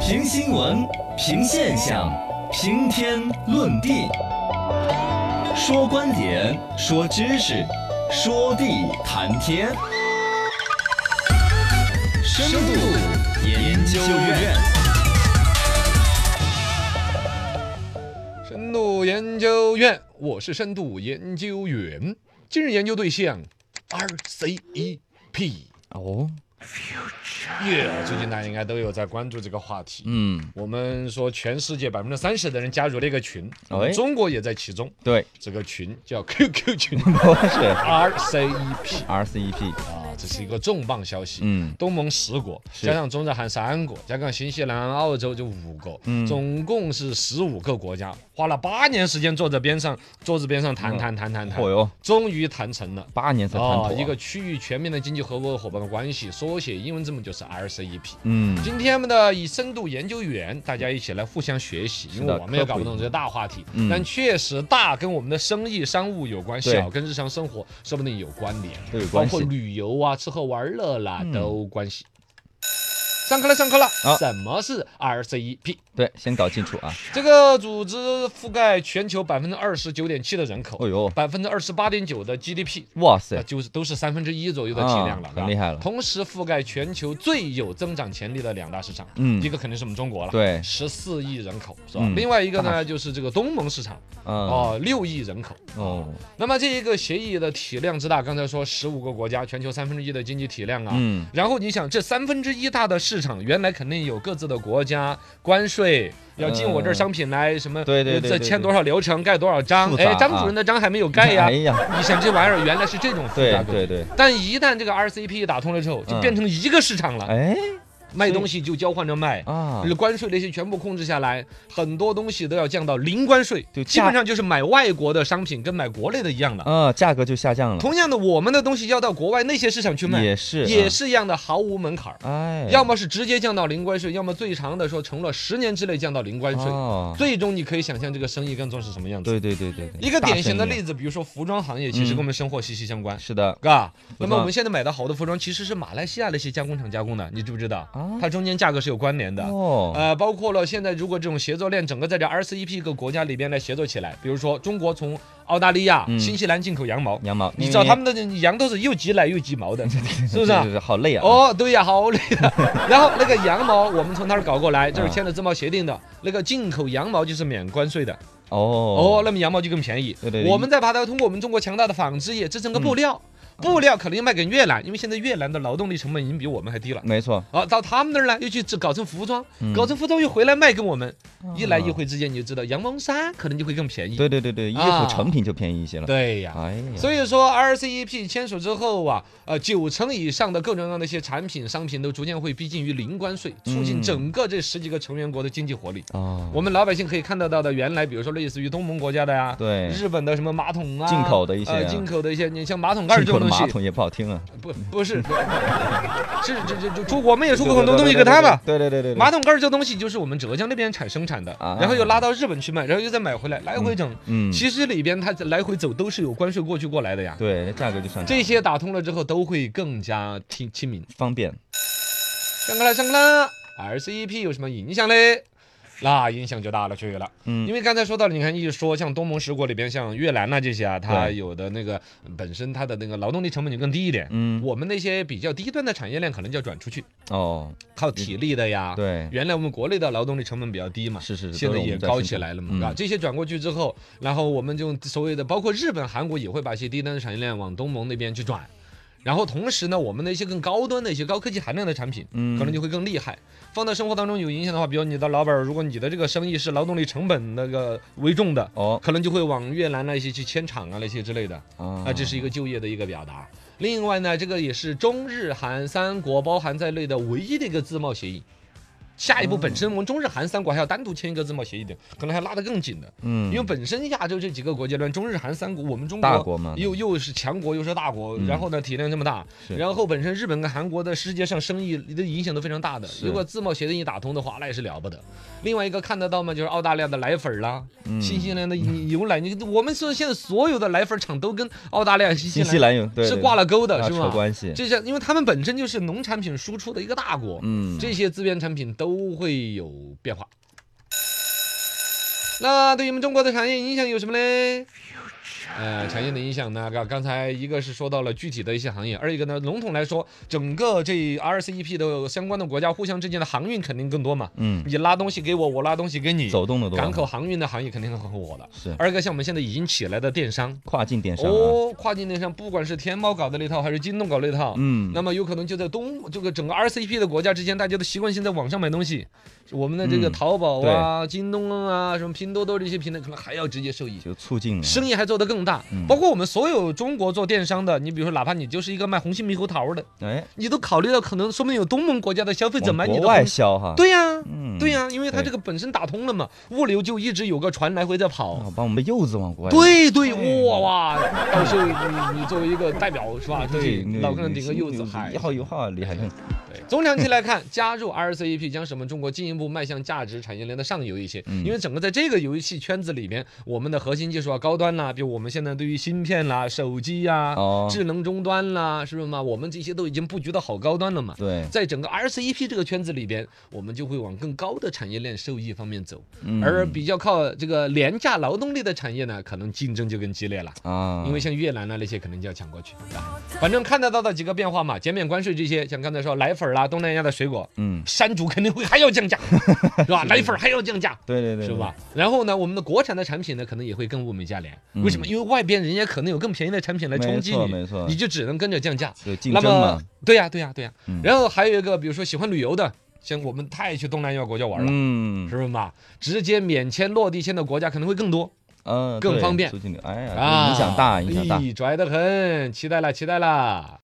评新闻，评现象，评天论地，说观点，说知识，说地谈天。深度研究院，深度研究院，我是深度研究员。今日研究对象，RCEP。E 哦，耶、最近大家应该都有在关注这个话题。嗯，我们说，全世界百分之三十的人加入了一个群，哎中国也在其中。 对，这个群叫 QQ 群不是 RCEP RCEP，啊，这是一个重磅消息。嗯，东盟十国，是加上中日韩三国，加上新西兰、澳洲就五个，嗯总共是十五个国家，花了八年时间坐在边上，桌子边上嗯谈谈谈谈谈，嚯哟，终于谈成了。哎八年才谈妥、啊哦，一个，区域全面的经济合作伙伴的关系，缩写英文字母就是 RCEP。嗯，今天我们的以深度研究员，大家一起来互相学习，是的因为我们也科搞普一不下懂这些大话题，嗯但确实大跟我们的生意商务有关，对小跟日常生活说不定有关联。都有包关括系。旅游啊、吃喝玩乐啦、嗯都关系。上课了，上课了！啊什么是 RCEP？对，先搞清楚啊。这个组织覆盖全球百分之二十九点七的人口哦，呦，百分之二十八点九的 GDP，哇那塞，呃就是都是三分之一左右的体量了，啊是吧很厉害了同时覆盖全球最有增长潜力的两大市场，嗯一个肯定是我们中国了，对十四亿人口是吧？嗯另外一个呢就是这个东盟市场，嗯，哦，六亿人口。哦，那么这一个协议的体量之大，刚才说十五个国家，全球三分之一的经济体量啊。嗯，然后你想，这三分之一大的市场，原来肯定有各自的国家关税，要进我这儿商品来，什么嗯对对对这对签对多少流程，盖多少章复，杂哎，张啊主任的章还没有盖呀哎。呀，你想这玩意儿原来是这种复对杂格对局，对，但一旦这个 RCEP 打通了之后，就嗯变成一个市场了，哎卖东西就交换着卖。啊，关税那些全部控制下来，很多东西都要降到零关税，就基价本上就是买外国的商品跟买国内的一样的。啊，价格就下降了，同样的，我们的东西要到国外那些市场去卖，也是也啊，是一样的，毫无门槛儿。哎，要么是直接降到零关税，要么最长的说承诺十年之内降到零关税。哦，最终你可以想象这个生意跟踪是什么样子。对对对对对，一个大典型的生意例子，比如说服装行业，其实嗯跟我们生活息息相关。是的嘎，那装么我们现在买到好的服装其实是马来西亚那些加工厂加工的，你知不知道？啊，它中间价格是有关联的。哦，呃，包括了现在如果这种协作链整个在这 RCEP 一个国家里边来协作起来，比如说中国从澳大利亚、嗯新西兰进口羊毛，羊毛，你知道他们的羊都是又挤奶又挤毛的，是不是啊对？对对好累啊，哦，对呀，好累的。 然后那个羊毛我们从那儿搞过来，这儿签了自贸协定的，那个进口羊毛就是免关税的。哦哦，那么羊毛就更便宜对对。对我们再把它通过我们中国强大的纺织业制成个布料，嗯布料可能要卖给越南，因为现在越南的劳动力成本已经比我们还低了。没错，啊，到他们那儿呢，又去制搞成服装，嗯搞成服装又回来卖给我们，一来一啊，回之间你就知道，羊毛衫可能就会更便宜。对对对对，衣服啊成品就便宜一些了，对呀、哎呀，所以说 RCEP 签署之后啊，呃，九成以上的各种各样的一些产品、商品都逐渐会逼近于零关税，促进嗯整个这十几个成员国的经济活力。哦，我们老百姓可以看得到的，原来比如说类似于东盟国家的呀，对日本的什么马桶啊，进口的一些呃啊进口的一些，你像马桶盖儿这进口种的东西马，桶也不好听啊，不不是， 不是这这这中我们也出口很多对对对东西对给他对吧。对对对对对，马桶盖儿这东西就是我们浙江那边产生产的啊，然后又拉到日本去卖，然后又再买回来，来回整。嗯，其实里边它来回走都是有关税过去过来的呀。对，价格就上去了这些打通了之后都会更加亲亲民。方便，上课了，上课了，RCEP E 有什么影响嘞？那影响就大了去了，嗯因为刚才说到了，你看一说像东盟十国里边，像越南呐、这些啊，它对有的那个本身它的那个劳动力成本就更低一点，嗯，我们那些比较低端的产业链可能就要转出去，哦，靠体力的呀。对，原来我们国内的劳动力成本比较低嘛，是是是，现都在是我也们高生起产来了嘛，嗯啊，这些转过去之后，然后我们就所谓的，包括日本、韩国也会把一些低端的产业链往东盟那边去转，然后同时呢，我们的一些更高端的一些高科技含量的产品，嗯，可能就会更厉害。放到生活当中有影响的话，比如你的老板儿，如果你的这个生意是劳动力成本那个为重的。哦可能就会往越南那些去迁厂啊，那些之类的，啊啊，这是一个就业的一个表达。另外呢，这个也是中日韩三国包含在内的唯一的一个自贸协议。下一步，本身我们中日韩三国还要单独签一个自贸协议的，可能还拉得更紧的，嗯，因为本身亚洲这几个国家呢，中日韩三国，我们中大国国嘛，又又是强国又是大国，嗯然后呢体量这么大，是然后本身日本跟韩国的世界上生意的影响都非常大的，是如果自贸协定一打通的话，那也是了不得。另外一个看得到嘛，就是澳大利亚的奶粉儿啦，嗯新西兰的 牛奶，你我们说现在所有的奶粉厂都跟澳大利亚、新新西西兰有对是挂了钩的，啊是扯吗？关系，这些，因为他们本身就是农产品输出的一个大国，嗯，这些资源产品都都会有变化。那对于我们中国的产业影响有什么嘞？呃，产业的影响呢？刚刚才一个是说到了具体的一些行业，二一个呢，笼统来说，整个这 RCEP 的相关的国家互相之间的航运肯定更多嘛。嗯，你拉东西给我，我拉东西给你，走动的多，港口航运的行业肯定很火的。是二一个像我们现在已经起来的电商，跨境电商、啊，哦，跨境电商，不管是天猫搞的那套，还是京东搞那套，嗯，那么有可能就在东这个整个 RCEP 的国家之间，大家都习惯性在网上买东西。我们的这个嗯淘宝啊、京东啊、什么拼多多这些平台，可能还要直接受益，就促进了生意还做得更大嗯。包括我们所有中国做电商的，你比如说，哪怕你就是一个卖红心猕猴桃的，哎，你都考虑到可能说不定有东盟国家的消费者往买你国的外红。销哈，，对呀、嗯，对呀、因为它对这个本身打通了嘛，物流就一直有个船来回在跑。哦，把我们的柚子往国外，，对对，哇哇！到时候你你作为一个代表是吧？对，对，那老看顶个柚子海一。号一号厉害，对总长期来看，加入 RCEP 将使我们中国进一步迈向价值产业链的上游一些。嗯因为整个在这个游戏圈子里面，我们的核心技术啊，高端啦，比如我们现在对于芯片啦、手机呀、哦智能终端啦，是不是嘛？我们这些都已经布局的好高端了嘛。对，在整个 RCEP 这个圈子里边，我们就会往更高的产业链受益方面走，嗯而比较靠这个廉价劳动力的产业呢，可能竞争就更激烈了。啊，因为像越南呐那些可能就要抢过去，啊反正看得到的几个变化嘛，减免关税这些，像刚才说奶粉啦、东南亚的水果，嗯，山竹肯定会还 要降价，是吧？奶粉还要降价。对对对，嗯是吧？然后呢，我们的国产的产品呢，可能也会更物美价廉。为什么？因为外边人家可能有更便宜的产品来没冲击错你，没错你就只能跟着降价。对？就竞那争么嘛，，对呀、对呀、对呀、嗯然后还有一个，比如说喜欢旅游的，像我们太去东南亚国家玩了，嗯是不是嘛？直接免签、落地签的国家可能会更多。嗯，更对方便促进的，哎呀，啊，影响大，影响大。咦拽得很，期待啦，期待啦。